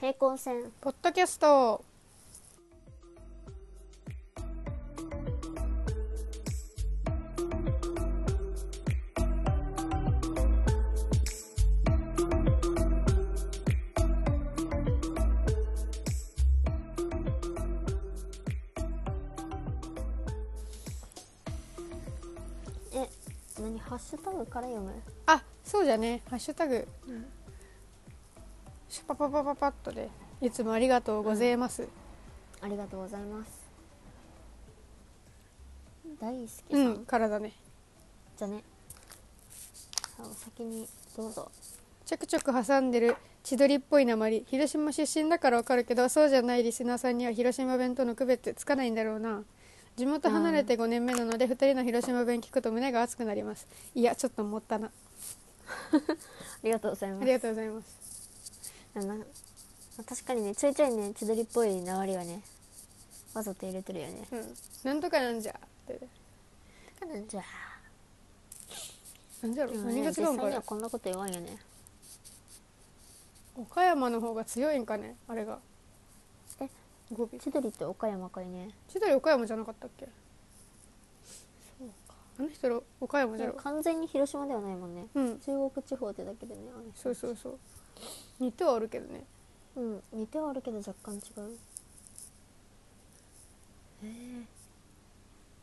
平行線ポッドキャストえ何ハッシュタグから読むあそうじゃねハッシュタグ、シュパパパパパッとでいつもありがとうございます、ありがとうございます大好きさ、うんん、からだねじゃねさあお先にどうぞちょくちょく挟んでる千鳥っぽい鉛広島出身だからわかるけどそうじゃないリスナーさんには広島弁との区別つかないんだろうな地元離れて5年目なので2人の広島弁聞くと胸が熱くなりますいやちょっと思ったなありがとうございまあすりがとうございますな確かにねちょいちょいね千鳥っぽい流れはねわざと入れてるよねうんなんとかなんじゃってなんじゃなんじゃろでうも何ねが実違う際んかにねはこんなこと言わんよね岡山の方が強いんかねあれがえ語尾千鳥って岡山かいね千鳥岡山じゃなかったっけあの人ら岡山じゃろ完全に広島ではないもんねうん中国地方ってだけでねあの人そうそうそう似てはあるけどねうん似てはあるけど若干違うええ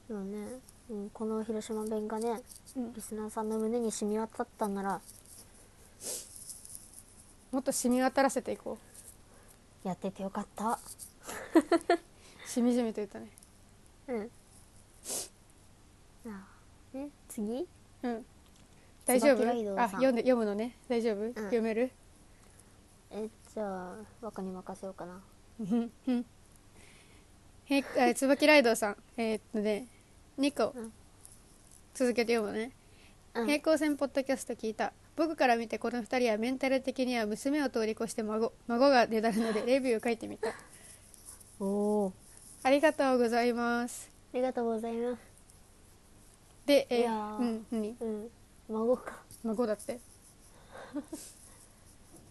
でもね、うん、この広島弁がねうんリスナーさんの胸に染み渡ったんならもっと染み渡らせていこうやっててよかったしみじみと言ったねうんあえ次うん大丈夫椿ライドウさんあ読んで読むのね大丈夫、読めるえじゃあ若に任せようかなうんうんへいあ椿ライドウさんえーっとね2個うん続けて読むねうん平行線ポッドキャスト聞いた僕から見てこの2人はメンタル的には娘を通り越して孫孫が出だるのでレビューを書いてみたおおありがとうございますありがとうございますでえいやーーうん何うん孫か孫だって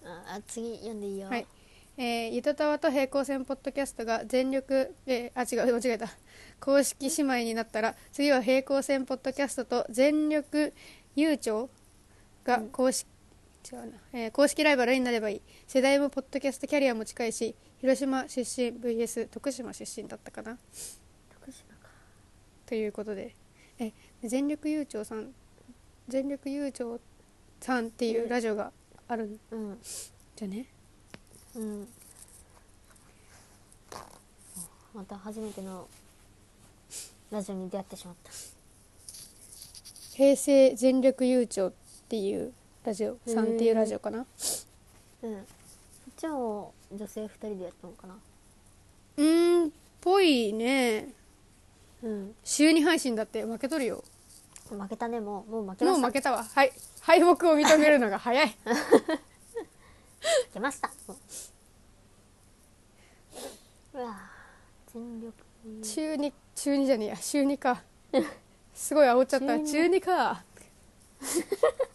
ああ次読んでいいよはい、えー、ゆたたわと平行線ポッドキャストが全力、えーあ違う間違えた公式姉妹になったら次は平行線ポッドキャストと全力悠長が公式、違うな、えー公式ライバルになればいい世代もポッドキャストキャリアも近いし広島出身 VS 徳島出身だったかな徳島かということでえ全力悠長さん全力悠長さんっていうラジオがあるんうんじゃねうんまた初めてのラジオに出会ってしまった平成全力悠長っていうラジオさんっていうラジオかなうんそっちも女性二人でやったのかなうーんぽいねうん週2配信だって負けとるよ負けたねもうもう負けまもうした負けたわはい敗北を認めるのが早い負けましたもううわぁ全力中2中2じゃねえや週2か すごい煽っちゃった中中2か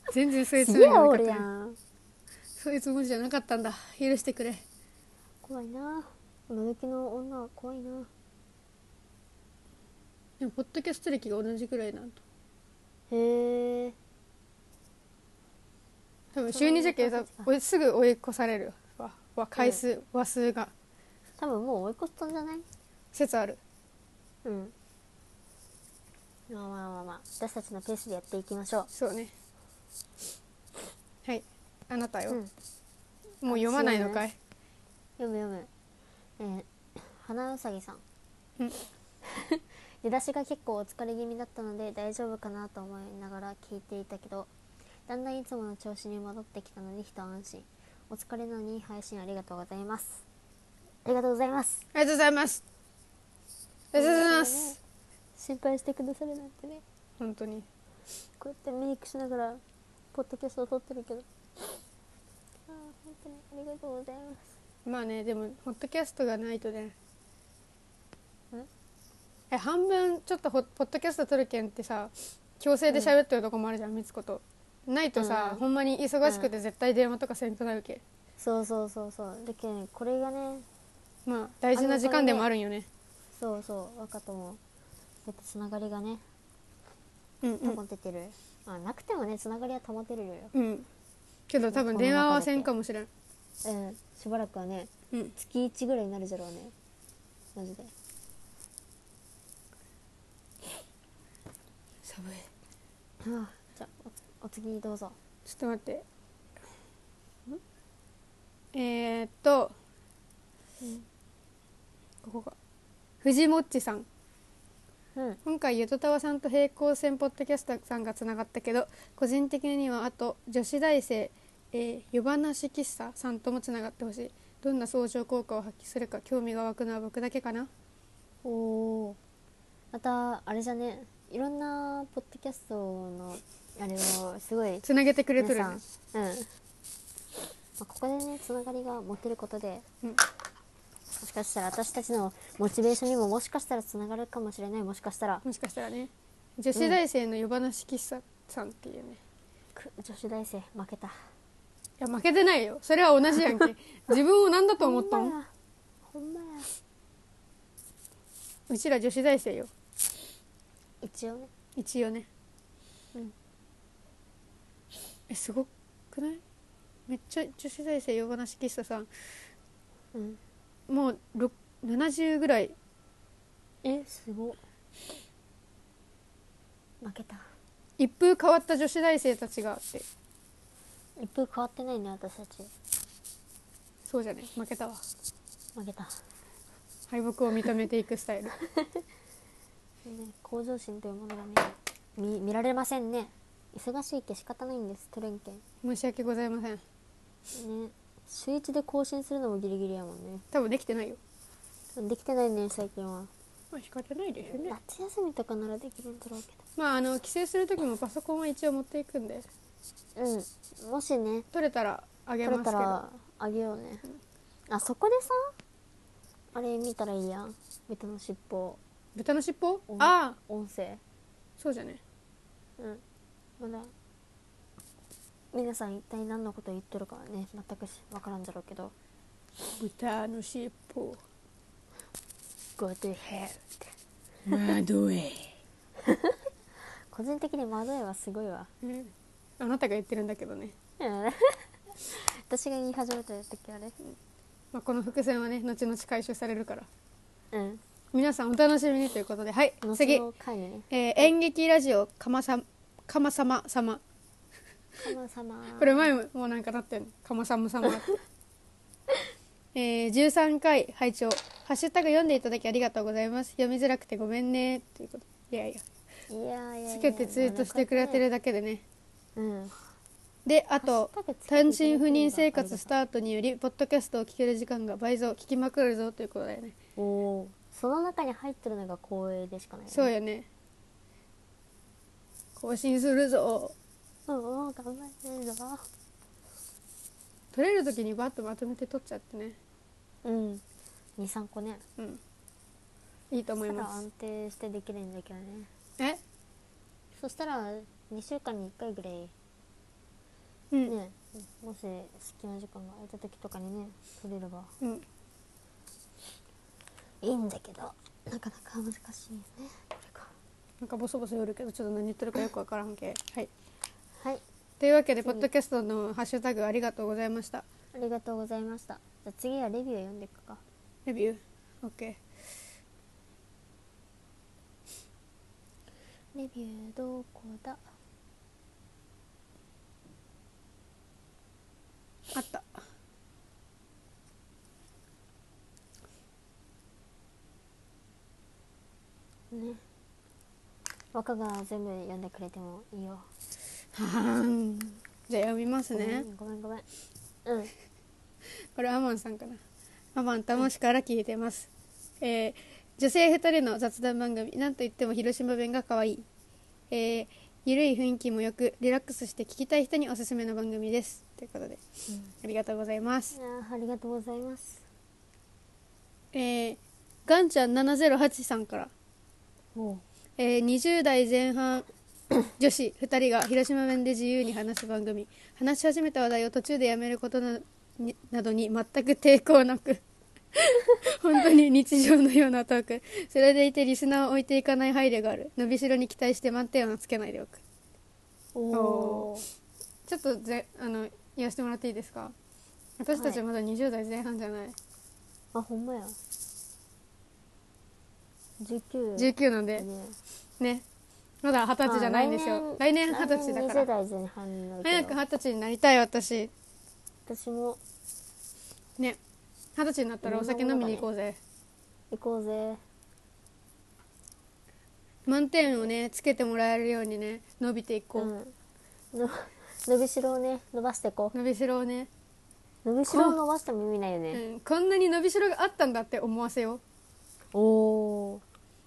全然そういうすつもげりえじゃなかおっるたやよんそういうつもりじゃなかったんだ許してくれ怖いな今時の女は怖いなでもポッドキャスト歴が同じくらいなんとへえ多分週2じゃけそさういう形おいすぐ追い越されるわわ回数話数が多分もう追い越したんじゃない説あるうんまあまあまあまあ私たちのペースでやっていきましょそうねはいあなたう、よ、うん、もう読まないのかい読む読むえー、花うさぎさんうん 出だしが結構お疲れ気味だったので大丈夫かなと思いながら聞いていたけどだんだんいつもの調子に戻ってきたので一安心お疲れなのに配信ありがとうございますありがとうございますありがとうございますありがとうございます心配してくださるなんてね本当にこうやってメイクしながらポッドキャストを撮ってるけどああ本当にありがとうございますまあねでもホットキャストがないとねんえ半分ちょっとホポッドキャスト撮るけんってさ強制で喋ってるとこもあるじゃん、みつことないとさ、うんほんまに忙しくて絶対電話とかせんとなるけ、そうそうそうそうだけどねこれがねまあ大事な時間でもあるんよねそうそう若ともやっぱつながりがねうんう保ん、ててる、まあなくてもねつながりは保てるようん、けど多分電話はせんかもしれんうんしばらくはねうん月1ぐらいになるじゃろうねマジで寒いはあじゃあおお次どうぞちょっと待ってえー、っと、うんここか藤もっちさんうん今回ゆとたわさんと平行線ポッドキャスターさんがつながったけど個人的にはあと女子大生えー、夜話喫茶さんともつながってほしいどんな相乗効果を発揮するか興味が湧くのは僕だけかなおおまたあれじゃねいろんなポッドキャストのあれをすごいつなげてくれと皆るねさん、うんまあ、ここでねつながりが持てることでうんもしかしたら私たちのモチベーションにももしかしたらつながるかもしれないもしかしたらもしかしたらね女子大生の夜話喫茶さんっていうね、いく女子大生負けたや負けてないよそれは同じやん け自分を何だと思ったほんまんやほんまやうちら女子大生よ一応ね一応ねうんえすごくないめっちゃ女子大生夜話喫茶さんうんもうろ70ぐらいえすごっ負けた一風変わった女子大生たちがあって一風変わってないね私たちそうじゃね負けたわ負けた、ね、敗北を認めていくス タイル向上心というものがね見見られませんね忙しいけ仕方ないんですトレンケン申し訳ございませんね週1で更新するのもギリギリやもんね多分できてないよできてないね最近はまあ仕方ないですよね夏休みとかならできるんだろうけまああの帰省する時もパソコンは一応持っていくんでどうんもしね取れたらあげ取まれすけたどらあげようねあそこでさあれ見たらいいやん豚の尻尾豚の尻尾うんああ音声そうじゃねうんまだ皆さん一体何のことを言ってるかはね全く分からんじゃろうけど豚の尻尾 Go to hell って窓へ、個人的に窓絵はすごいわ うんあなたが言ってるんだけどね、うん 私が言い始めた時あれまあ、この伏線はね後々回収されるからうん皆さんお楽しみにということではい次後、の回にねえー演劇ラジオかまさかまさま様「様様これ前ももうなんかなってんのかまさむ様って えー、13回拝聴ハッシュタグ読んでいただきありがとうございます読みづらくてごめんねということいやいやいやいやつけてツイートしてくれてるだけでねうんであとハッシュタグつけてくれてる単の身赴任生活スタートによりポッドキャストを聞ける時間が倍増聞きまくるぞということだよねおおその中に入ってるのが光栄でしかない、ね、そうよね更新するぞうんうん頑張ってるぞ取れる時にバッとまとめて取っちゃってねうん23個ねうんいいと思そいしたらます安定してできるんだけどねえそしたら2週間に1回ぐらいうん、ね、もし隙間時間が空いた時とかにね取れればうんいいんだけどなかなか難しいねこれかなんかボソボソ言うけどちょっと何言ってるかよくわからんけはいはいというわけでポ次ッドキャストのハッシュタグありがとうございましたありがとうございましたじゃあ次はレビューを読んでいくかレビュー OK レビューどこだあ ったね若が全部読んでくれてもいいよははんじゃあ読みますごめねんごめんごめんうんこれアマンさんかなアマン楽しから聞いてます、えー女性2人の雑談番組なんといっても広島弁が可愛いえーゆるい雰囲気もよくリラックスして聞きたい人におすすめの番組ですということでありがとうございます、あーありがとうございますえーガンちゃん708さんからおうえー20代前半 女子2人が広島弁で自由に話す番組話し始めた話題を途中でやめることなになどに全く抵抗なく 本当に日常のようなトークそれでいてリスナーを置いていかない配慮がある伸びしろに期待して満点をつけないでおくおーちょっとぜあの言わせてもらっていいですか私たちまだ20代前半じゃない、あほんまや19 19なんでねねまだ二十歳じゃないんですよまあ来年二十歳だから来年20代前半になるけど早く二十歳になりたい私私もね二十歳になったらお酒飲みに行こうぜ行こうぜ満点をねつけてもらえるようにね伸びていこう、うんの 伸びしろをね伸ばしていこ伸びしろをね、う伸びしろを伸ばしても意味ないようね、ん、こんなに伸びしろがあったんだって思わせようおお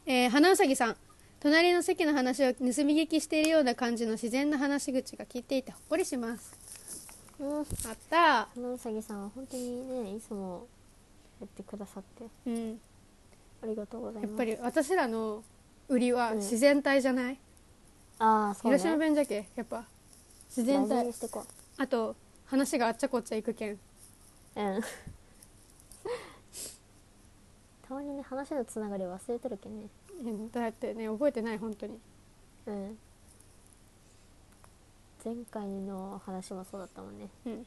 えー花うさぎさん隣の席の話を盗み聞きしているような感じの自然な話し口が聞いていてほっこりしますうんあった花うさぎさんは本当にねいつもやってくださってうんありがとうございやますっぱり私らの売りはうん自然体じゃない、ああそうね広島弁じゃけやっぱ自然大事体にしていこあと話があっちゃこっちゃいくけんううんたまにね話のつながり忘れてるけんねうんだってね覚えてない本当にうん前回の話もそうだったもんねうん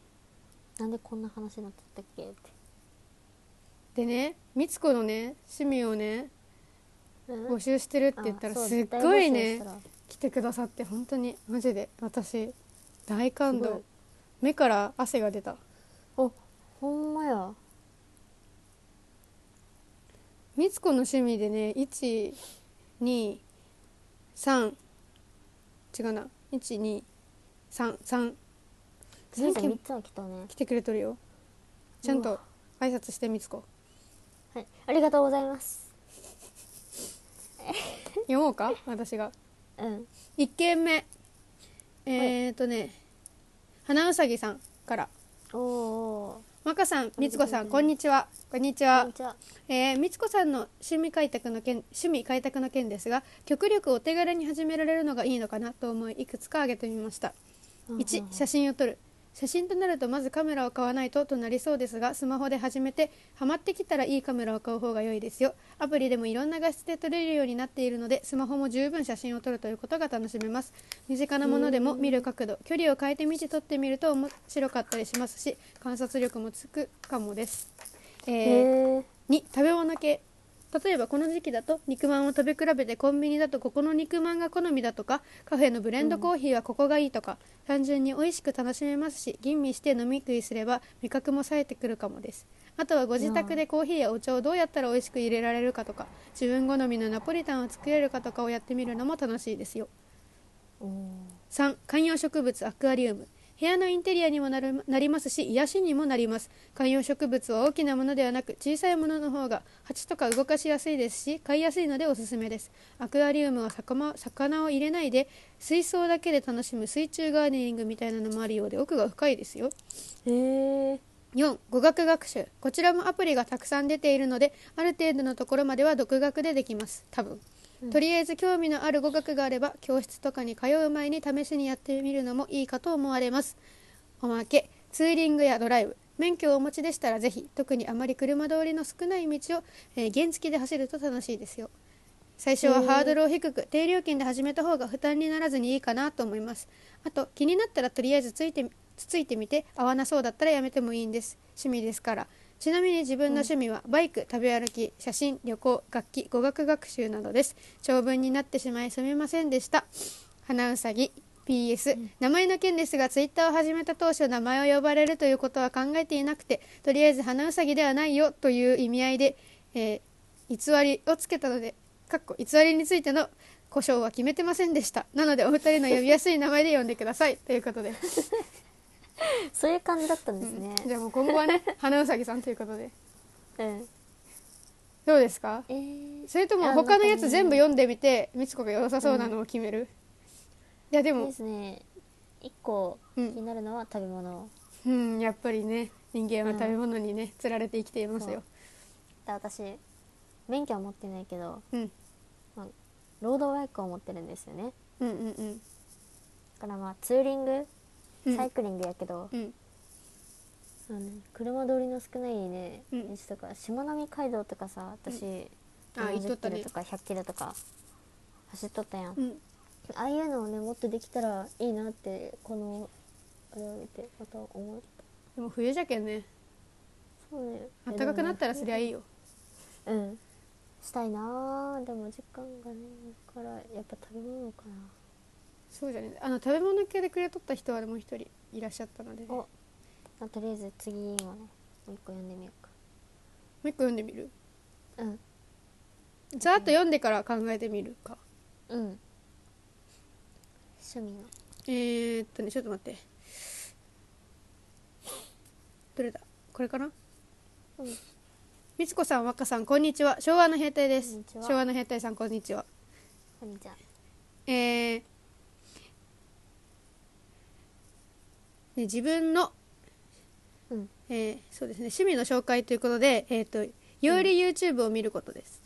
なんでこんな話になっちゃったっけってでねみつこのね趣味をねうん募集してるって言ったらあそうすっごい大募集しねたら来てくださって本当にマジで私大感すごい動目から汗が出たおほんまやみつこの趣味でね123違うな1233じいちゃん件3つは来たね来てくれとるよちゃんうとわ挨拶してみつこはいありがとうございます読もうか私がうん1件目えー、っとね花うさぎさんからおーおまかさんみつこさありがとうございますんこんにちはこんにちーはこんにちはえー、みつこさんの趣味開拓の件趣味開拓の件ですが極力お手軽に始められるのがいいのかなと思いいくつか挙げてみました1写真を撮る写真となるとまずカメラを買わないととなりそうですがスマホで始めてハマってきたらいいカメラを買う方が良いですよアプリでもいろんな画質で撮れるようになっているのでスマホも十分写真を撮るということが楽しめます身近なものでも見る角度距離を変えてみて撮ってみると面白かったりしますし観察力もつくかもですえへーえ2食べ物系例えばこの時期だと肉まんを食べ比べてコンビニだとここの肉まんが好みだとかカフェのブレンドコーヒーはここがいいとか、単純に美味しく楽しめますし吟味して飲み食いすれば味覚も冴えてくるかもですあとはご自宅でコーヒーやお茶をどうやったら美味しく入れられるかとか自分好みのナポリタンを作れるかとかをやってみるのも楽しいですよおー3観葉植物アクアリウム部屋のインテリアにもなるなりますし癒しにもなります観葉植物は大きなものではなく小さいものの方が鉢とか動かしやすいですし買いやすいのでおすすめですアクアリウムは魚魚を入れないで水槽だけで楽しむ水中ガーデニングみたいなのもあるようで奥が深いですよへえ4語学学習こちらもアプリがたくさん出ているのである程度のところまでは独学でできます多分、うんとりあえず興味のある語学があれば教室とかに通う前に試しにやってみるのもいいかと思われますおまけツーリングやドライブ免許をお持ちでしたらぜひ特にあまり車通りの少ない道を、えー原付で走ると楽しいですよ最初はハードルを低く低料金で始めた方が負担にならずにいいかなと思いますあと気になったらとりあえずついてみつついてみて合わなそうだったらやめてもいいんです趣味ですからちなみに自分の趣味はバイク食べ歩き写真旅行楽器語学学習などです長文になってしまいすみませんでした花うさぎ PS 名前の件ですがツイッターを始めた当初名前を呼ばれるということは考えていなくてとりあえず花うさぎではないよという意味合いで、えー偽りをつけたのでかっこ偽りについての故障は決めてませんでしたなのでお二人の呼びやすい名前で呼んでくださいということで、そういう感じだったんですねじゃあもう今後は ね花うさぎさんということでうんどうですかえーそれといもや他のなんやかつね全部読んでみてみつこが良さそうなのを決める、いやでそうもですね一個気になるのは食べ物うんやっぱりね人間は食べ物にねつられて生きていますよで私免許は持ってないけどうんロードバイクを持ってるんですよねうんうんうんだからまあツーリングうんサイクリングやけど、うんあのね車通りの少ないね、うん道とかしまなみ海道とかさ私、あ行っ70とっキロたねとか100キロとか走っとったやん、うんああいうのをねもっとできたらいいなってこのあれを見てまた思ったでも冬じゃけんねそうね暖かくなったらですもりゃいいよ、うんしたいなーでも時間がねないからやっぱ食べ物かなそうじゃねあの食べ物系でくれとった人はもう一人いらっしゃったので、もおあとりあえず次もねもう一個読んでみようう一個読んでみるかうんざーっと読んでから考えてみるかうん趣味のえー、っとねちょっと待ってどれだこれかなうんみつこさん若さんこんにちは昭和の兵隊でこんすにちは昭和の兵隊さんこんにちはこんにちはえーね、自分の、うんえーそうですね趣味の紹介ということで、えー、とより YouTube を見ることです、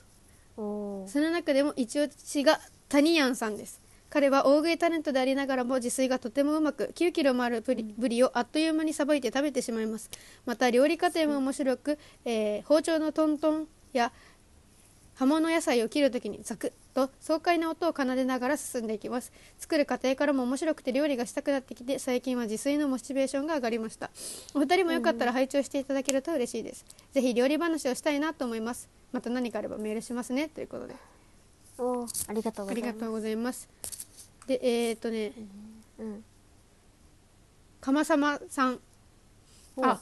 おおその中でも一押しがタニヤンさんです彼は大食いタレントでありながらも自炊がとてもうまく9キロもあるプリブリをあっという間にさばいて食べてしまいますまた料理過程も面白く、えー包丁のトントンや葉物野菜を切るときにザクッと爽快な音を奏でながら進んでいきます作る過程からも面白くて料理がしたくなってきて最近は自炊のモチベーションが上がりましたお二人もよかったら拝聴していただけると嬉しいです、ぜひ料理話をしたいなと思いますまた何かあればメールしますねということでおおありがとうござありいまがすとうございますでえっ、とねうんかまさまさんああハ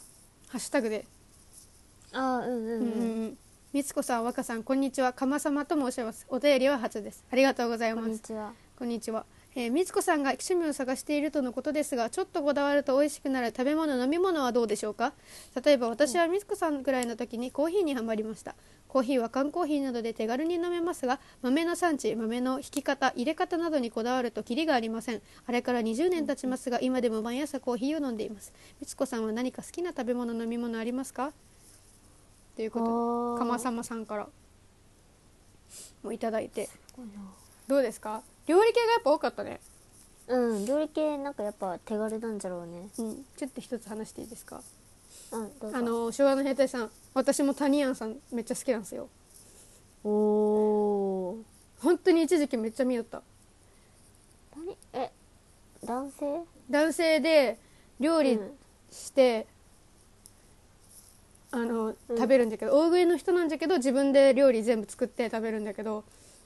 ッシュタグであーうんうんうんうんうんみつこさん若さんこんにちはかまさまと申しますお便りは初ですありがとうございこまんにすちはこんにちは。えー、みつこさんが趣味を探しているとのことですがちょっとこだわると美味しくなる食べ物飲み物はどうでしょうか例えば私はみつこさんくらいの時にコーヒーにはまりましたコーヒーは缶コーヒーなどで手軽に飲めますが豆の産地豆の引き方入れ方などにこだわるとキリがありませんあれから20年経ちますが今でも毎朝コーヒーを飲んでいますみつこさんは何か好きな食べ物飲み物ありますかというこおーとでかまさまさんからもいただいてすごいなどうですか料理系がやっぱ多かったねうん料理系なんかやっぱ手軽なんじゃろうねうん、ちょっと一つ話していいですかうんどうぞあの昭和の兵隊さん私もタニヤンさんめっちゃ好きなんですよおお本当に一時期めっちゃ見よった何え男性男性で料理うんして、あのうん食べるんだけど、大食いの人なんじゃけど自分で料理全部作って食べるんだけど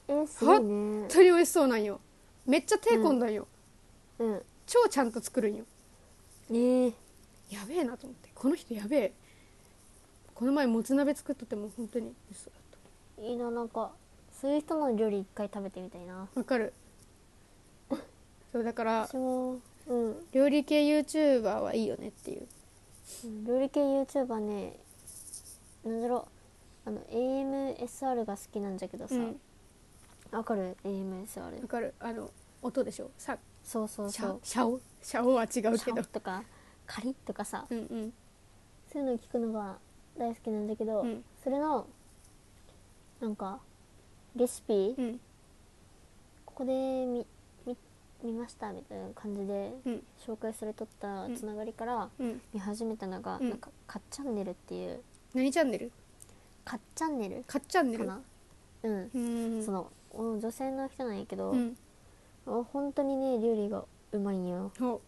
えすごいね本当に美味しそうなんよめっちゃ手込んだんよ、うん超ちゃんと作るんよえー、やべえなと思ってこの人やべえこの前もつ鍋作っとっても本当に嘘だったいいななんかそういう人の料理一回食べてみたいなわかる そうだから私もうん料理系 YouTuber はいいよねっていううん料理系 YouTuber ねなんだろうあの AMSR が好きなんじゃけどささわ、わ、かる AMSR かるあの音でしょさそうそうシそャうシャオシャオは違うシけャどンとかカリッとかさうんうんそういうの聞くのが大好きなんだけど、うんそれのなんかレシピ、うんここで見見見ましたみたいな感じでうん紹介されとったうんつながりからうん見始めたのが、うんなんか「かっチャンネル」っていう何チャンネル「かっチャンネルかっチャン」ネかルなうん、うーんそのお女性の人なんやけど、うんあ本当にね料理がうまいんよほ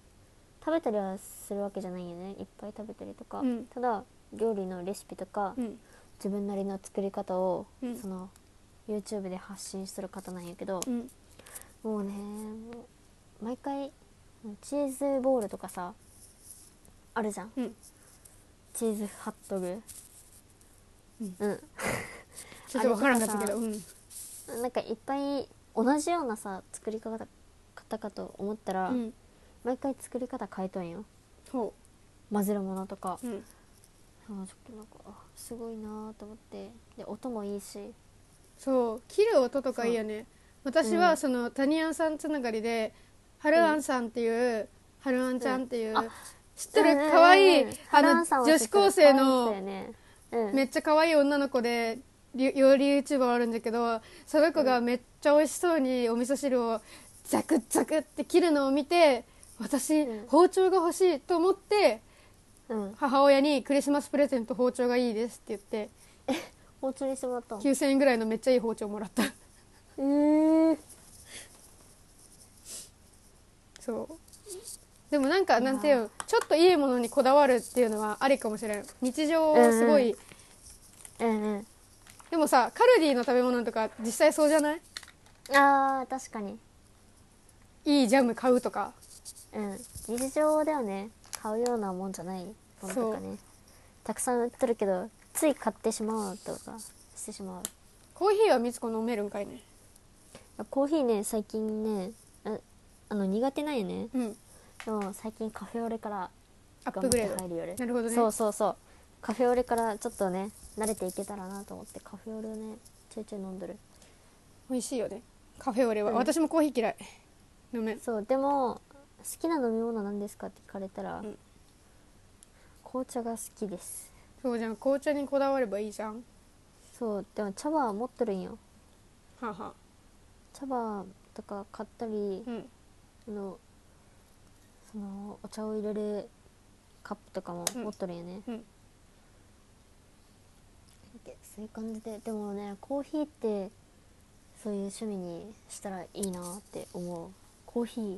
食べたりはするわけじゃないよねいっぱい食べたりとか、うんただ料理のレシピとか、ううん自分なりの作り方を、うんその YouTube で発信する方なんやけどう、んもうねもう毎回チーズボールとかさあるじゃんうんチーズハットグうんうん、ちょっとわからんかったあけれどとうんなんかいっぱい同じようなさ作り方方かと思ったら、うん毎回作り方変えとんよほ混ぜるものとかううんあーちょっとなんかあすごいなーと思ってで音もいいしそう切る音とかいいよね私はうんそのタニアンさんつながりでハルアンさんっていうハルアンちゃんっていうあ知ってる可愛いうんうんうんあラのンさんは知っ女て子る高生可の愛い人よねうんめっちゃ可愛い女の子でり料理 YouTuber あるんだけどその子がめっちゃ美味しそうにお味噌汁をザクザクって切るのを見て私、うん包丁が欲しいと思ってうん母親にクリスマスプレゼント包丁がいいですって言って包丁にしてもらったの9000円ぐらいのめっちゃいい包丁もらったえー、そうでもなんかなんていうのちょっといいものにこだわるっていうのはありかもしれん日常をすごい、うんうんでもさカルディの食べ物とか実際そうじゃないあー確かにいいジャム買うとかうん日常ではね買うようなもんじゃないものとかねたくさん売ってるけどつい買ってしまうとかしてしまうコーヒーはみつこ飲めるんかいねコーヒーね最近ねああの苦手なんよねうんでも最近カフェオレからア頑ッ張プっグてレード入るよねなるほどねそうそうそうカフェオレからちょっとね慣れていけたらなと思ってカフェオレをねちょいちょい飲んでる美味しいよねカフェオレは、うん私もコーヒー嫌い飲めんそうでも好きな飲み物なんですかって聞かれたら、うん紅茶が好きですそうじゃん紅茶にこだわればいいじゃんそうでも茶葉は持ってるんよはあはあ茶葉とか買ったりう、んあのそのお茶を入れるカップとかも持っとるんよね、うんうんでそういう感じででもねコーヒーってそういう趣味にしたらいいなって思うコーヒー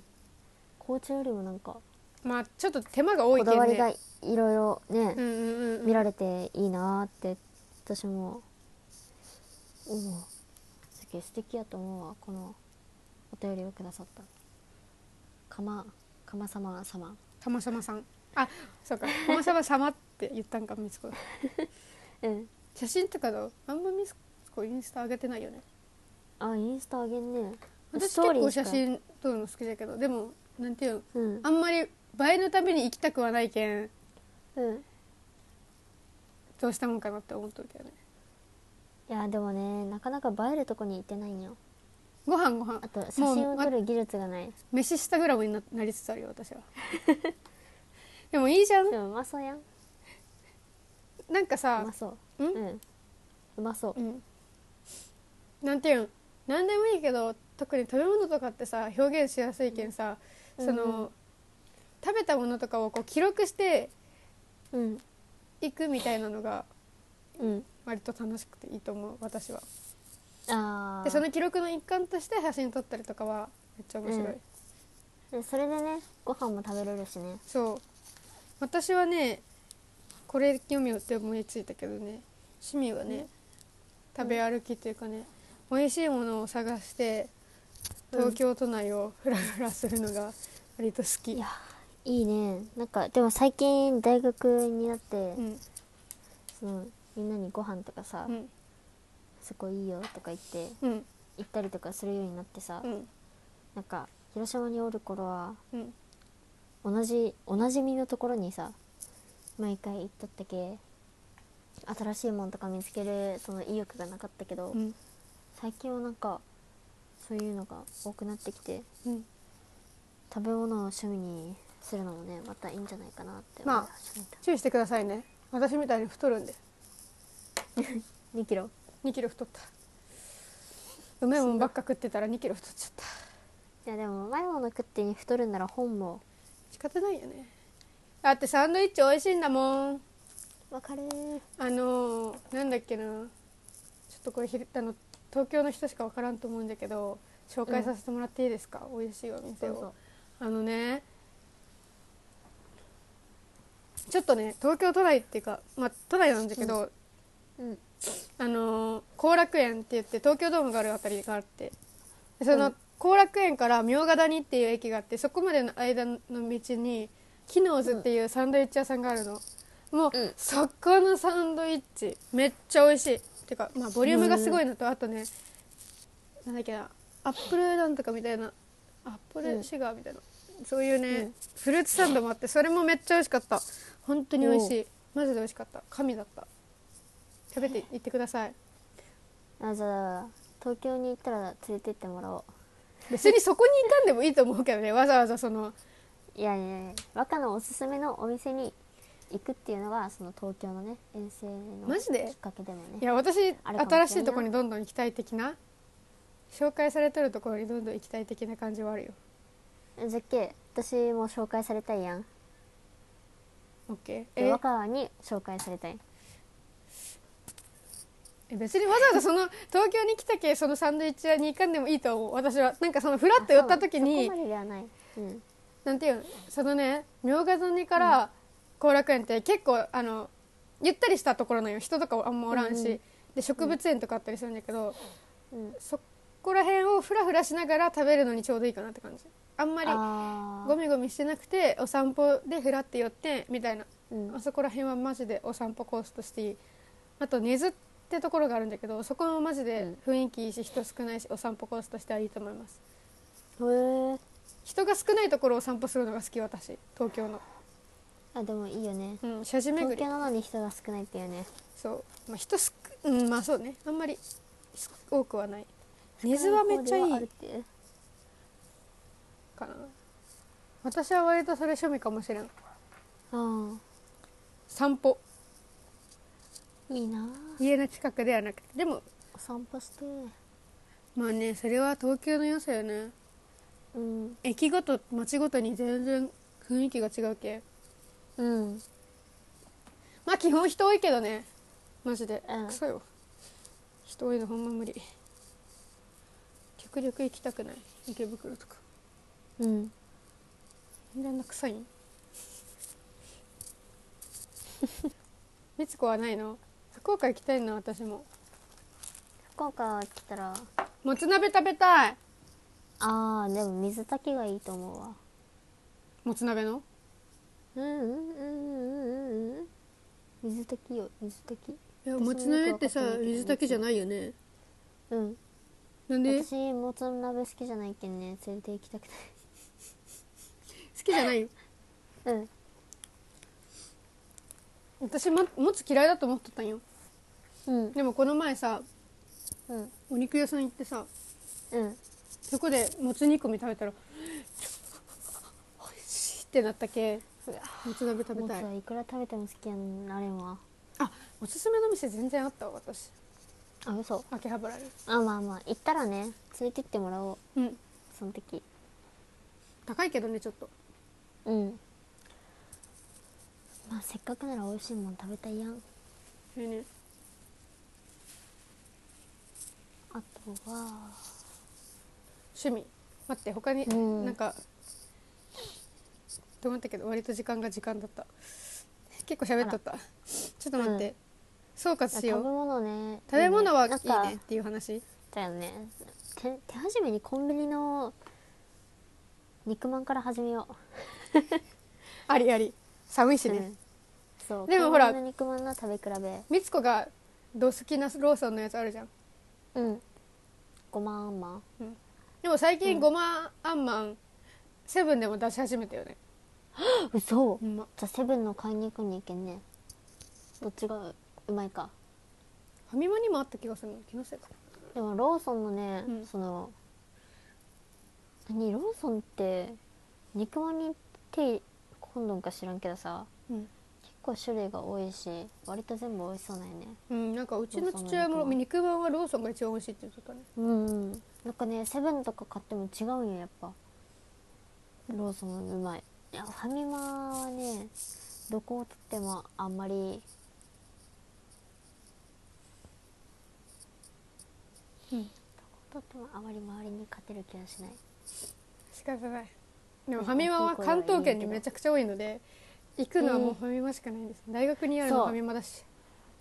紅茶よりもなんかまあちょっと手間が多こいけだどわねりがいろいろね、うんうんうん見られていいなって私も思うすげえ素敵やと思うわこのお便りをくださったかまかまさま様たまさまさんあそうかたまさま様って言ったんかみつこうん写真とかのあんまみつこインスタ上げてないよねあインスタあげんね私ストー結リー構しか写真撮るの好きだけどでもなんていうのうんあんまり映えのために行きたくはないけんうんどうしたもんかなって思っとるけどねいやでもねなかなか映えるとこに行ってないんよご飯ご飯あと写真を撮もうる技術がない飯下グラムにななりつつあるよ私は でもいいじゃんでもうまそうやんうなんかさまそううんうんうまそううんなんていうん何でもいいけど特に食べ物とかってさ表現しやすいけんさ、そうんうの食べたものとかをこう記録してうんいくみたいなのがうん割と楽しくていいと思う私はああでその記録の一環として写真撮ったりとかはめっちゃ面白い、うんでそれでねご飯も食べれるしねそう私はねこれ読みよって思いついたけどね趣味はね食べ歩きというかね美味しいものを探してうん東京都内を フラフラするのが割と好き、いやいいねなんかでも最近大学になって、うんそのみんなにご飯とかさ、うんすごいいいよとか言ってうん行ったりとかするようになってさ、うんなんか広島におる頃はうん同じおなじみのところにさ毎回行っとったけ新しいもんとか見つけるその意欲がなかったけど、うん最近はなんかそういうのが多くなってきてうん食べ物を趣味にするのもねまたいいんじゃないかなって思いまあ始めた、注意してくださいね私みたいに太るんで2キロ2キロ太ったうまいもんばっか食ってたら2キロ太っちゃったいやでもうまいもの食ってに太るんなら本も仕方ないよねだってサンドイッチ美味しいんだもんわかるーあのーなんだっけなちょっとこれひあの東京の人しか分からんと思うんだけど紹介させてもらっていいですか、美味しいお店をあのねちょっとね東京都内っていうかまあ都内なんだけど、ううんあのー後楽園って言って東京ドームがあるあたりがあってでそうのん後楽園から明ヶ谷っていう駅があってそこまでの間の道にキノーズっていうサンドイッチ屋さんがあるの、もう、うんそこのサンドイッチめっちゃ美味しいてか、まあ、ボリュームがすごいのと、あとねなんだっけなアップルなんとかみたいなアップルシュガーみたいな、そういうね、うんフルーツサンドもあってそれもめっちゃ美味しかった本当に美味しいマジで美味しかった神だった食べていってくださいあじゃあ東京に行ったら連れてってもらお別にそこにいたんでもいいと思うけどねわざわざそのういやいやいや若のおすすめのお店に行くっていうのがその東京のね遠征マのジできっかけでもいねや私あれかもしれんな新しいとこにどんどん行きたい的な紹介されてるところにどんどん行きたい的な感じはあるよじゃっけ私も紹介されたいやんオッケーでえ若菜に紹介されたいえ別にわざわざその東京に来たけそのサンドイッチ屋に行かんでもいいと思う私はなんかそのフラッと寄った時あそうにそこまでではない、うん、なんていうのそのね明賀谷から後楽園って結構あのゆったりしたところなんよ人とかあんまおらんし、うんうんで植物園とかあったりするんだけど、うん、そこら辺をフラフラしながら食べるのにちょうどいいかなって感じあんまりあゴミゴミしてなくてお散歩でフラって寄ってみたいなーうんあそこら辺はマジでお散歩コースとしていいあと根津ってところがあるんだけどそこもマジで雰囲気いいし人少ないしお散歩コースとしてはいいと思いますへえ人が少ないところをお散歩するのが好き私東京の、あでもいいよねうん、社寺巡東り京なのに人が少ないっていうねそう、まあ、人すくうんまあそうねあんまりす多くはない根津はめっちゃいい他の方ではあるっていうかな私は割とそれ趣味かもしれんあ散歩あいいな家の近くではなくてでもお散歩してまあねそれは東京の良さよねうん駅ごと街ごとに全然雰囲気が違うけうんまあ基本人多いけどねマジで、うんクソよ人多いのほんま無理極力行きたくない池袋とかうんみんな臭いんみつこはないの福岡行きたいな私も福岡来たらもつ鍋食べたいあーでも水炊きがいいと思うわもつ鍋のうんうんうんうんうんうん水炊きよ水炊きいや私ももつ鍋ってよくわかさってないけど水だけじゃないよねうんなんで好私もつ鍋好きじゃないけんね連れて行きたくきじゃないよない うん私ももつ嫌いだと思っとったんようんでもこの前さうんお肉屋さん行ってさうんそこでもつ煮込み食べたら美味しいってなったけうわもつ鍋食もべつたいはいくら食べても好きやんなれんわあおすすめの店全然あったわ私あ嘘秋葉原にあまあまあ行ったらね連れて行ってもらおううんその時高いけどねちょっとうんまあせっかくなら美味しいもん食べたいやんそれねあとは趣味待って他にうんなんか、と思ったけど割と時間が時間だった結構喋っとったちょっと待って、うん総括食しべよう物ね食べ物はいいねいなんねっかていう話だよね手手始めにコンビニの肉まんから始めよありあり寒いしう、ね、うんそうでもほらコンビニの肉まんの食べ比べみつこがど好きなローソンのやつあるじゃんうんごまあんまんでも最近ごまあんまんセブンでも出し始めたよね嘘ほんまじゃあセブンの買いに行くに行けんねどっちがうまいかファミマにもあった気がするの気のせいかでもローソンのね、うんその何ローソンって肉まんに手込んどんか知らんけどさうん、結構種類が多いし割と全部美味しそうなんよねうん、なんかうちの父親も肉まんはローソンが一番美味しいって言ってたねうん、うん、なんかねセブンとか買っても違うんよやっぱローソンうまいいやファミマはねどこをとってもあんまりうんとってもあまり周りに勝てる気がしない仕方ないでもファミマは関東圏にめちゃくちゃ多いので行くのはもうファミマしかないです、大学にあるのそうファミマだし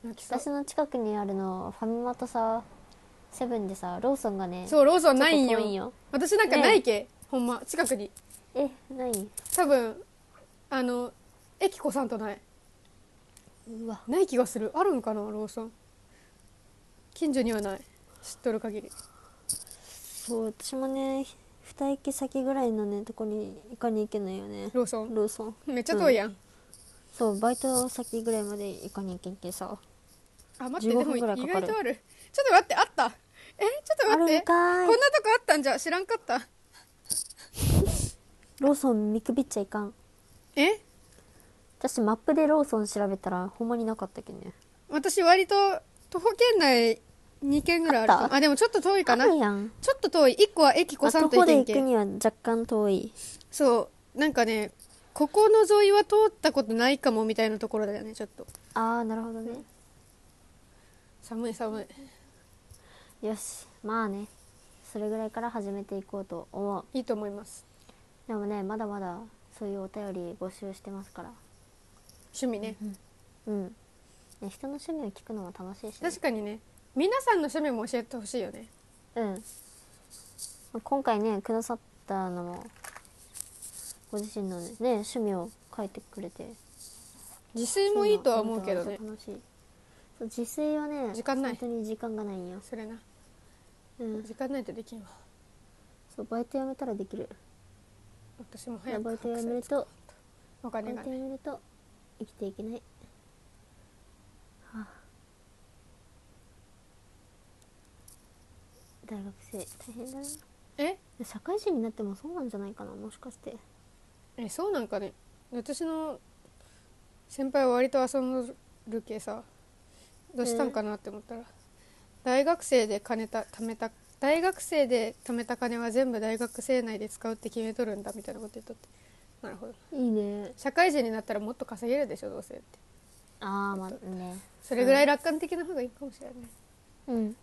泣きそう私の近くにあるのファミマとさセブンでさローソンがねそうローソンないんちょっよと遠いよ私なんかないけ、ほんま近くにえない多分あの駅子さんとないうわない気がするあるんかなローソン近所にはない知っとる限りそう私もね二駅先ぐらいのねとこに行かに行けないよねローソンローソンめっちゃ遠いやん、そうバイト先ぐらいまで行かに行けんけさあ待ってで15も分意ぐらいかかる外とあるちょっと待ってあったえちょっあと待るっんてこかんいなとこあったんじゃ知らんかったローソン見くびっちゃいかんえ私マップでローソン調べたらほんまになかったけどね私割と徒歩圏内2軒ぐらいあるかあっもたあでもちょっと遠いかあなるちょやんっと遠い1個は駅子あさとんと行こけでん行くけには若干遠いそうなんかねここの沿いは通ったことないかもみたいなところだよねちょっとああなるほどね寒い寒いよしまあねそれぐらいから始めていこうと思ういいと思いますでもねまだまだそういうお便り募集してますから趣味ねうん、ね、人の趣味を聞くのも楽しいし、ね確、かにね皆さんの趣味も教えてほしいよねうんまあ今回ねくださったのもご自身のね趣味を書いてくれて自炊もいいとは思うけどねそういうの楽しいそう自炊はね時間ない本当に時間がないんよ、それなうん、時間ないとできんわそうバイト辞めたらできる私も早くバイト白辞め菜るとおバ金イがト辞ねめると生きていけないはあ大学生大変だなえ社会人になってもそうなんじゃないかなもしかしてえそうなんかね私の先輩は割と遊んでるけさどうしたんかなって思ったら、大学生で金た貯めた大学生で貯めた金は全部大学生内で使うって決めとるんだみたいなこと言っとってなるほどいいね社会人になったらもっと稼げるでしょどうせってああまあねそれぐらい楽観的な方がいいかもしれない、うん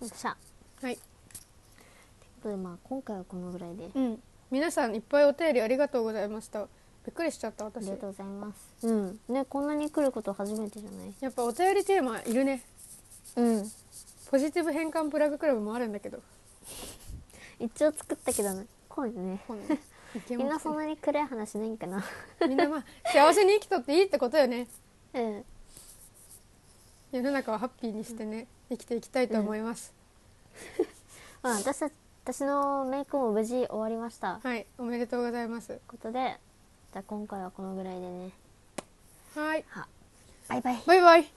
よっしゃはといい、うことでまあ今回はこのぐらいであうん、皆さんいっぱいお便りありがとうございましたびっくりしちゃったり私がとうございますうんねこんなに来ること初めてじゃないやっぱお便りテーマいるねうんポジティブ変換プラグクラブもあるんだけど一応作ったけどねこうね今度いけみんまなすそんなに暗い話ないんかなみんなまあ幸せに生きとっていいってことよねうん世の中をハッピーにしてね生きていきたいと思います、まあ私た私のメイクも無事終わりましたといはいおめでとうございますうことでじゃあ今回はこのぐらいでねはいバイバイバイバイ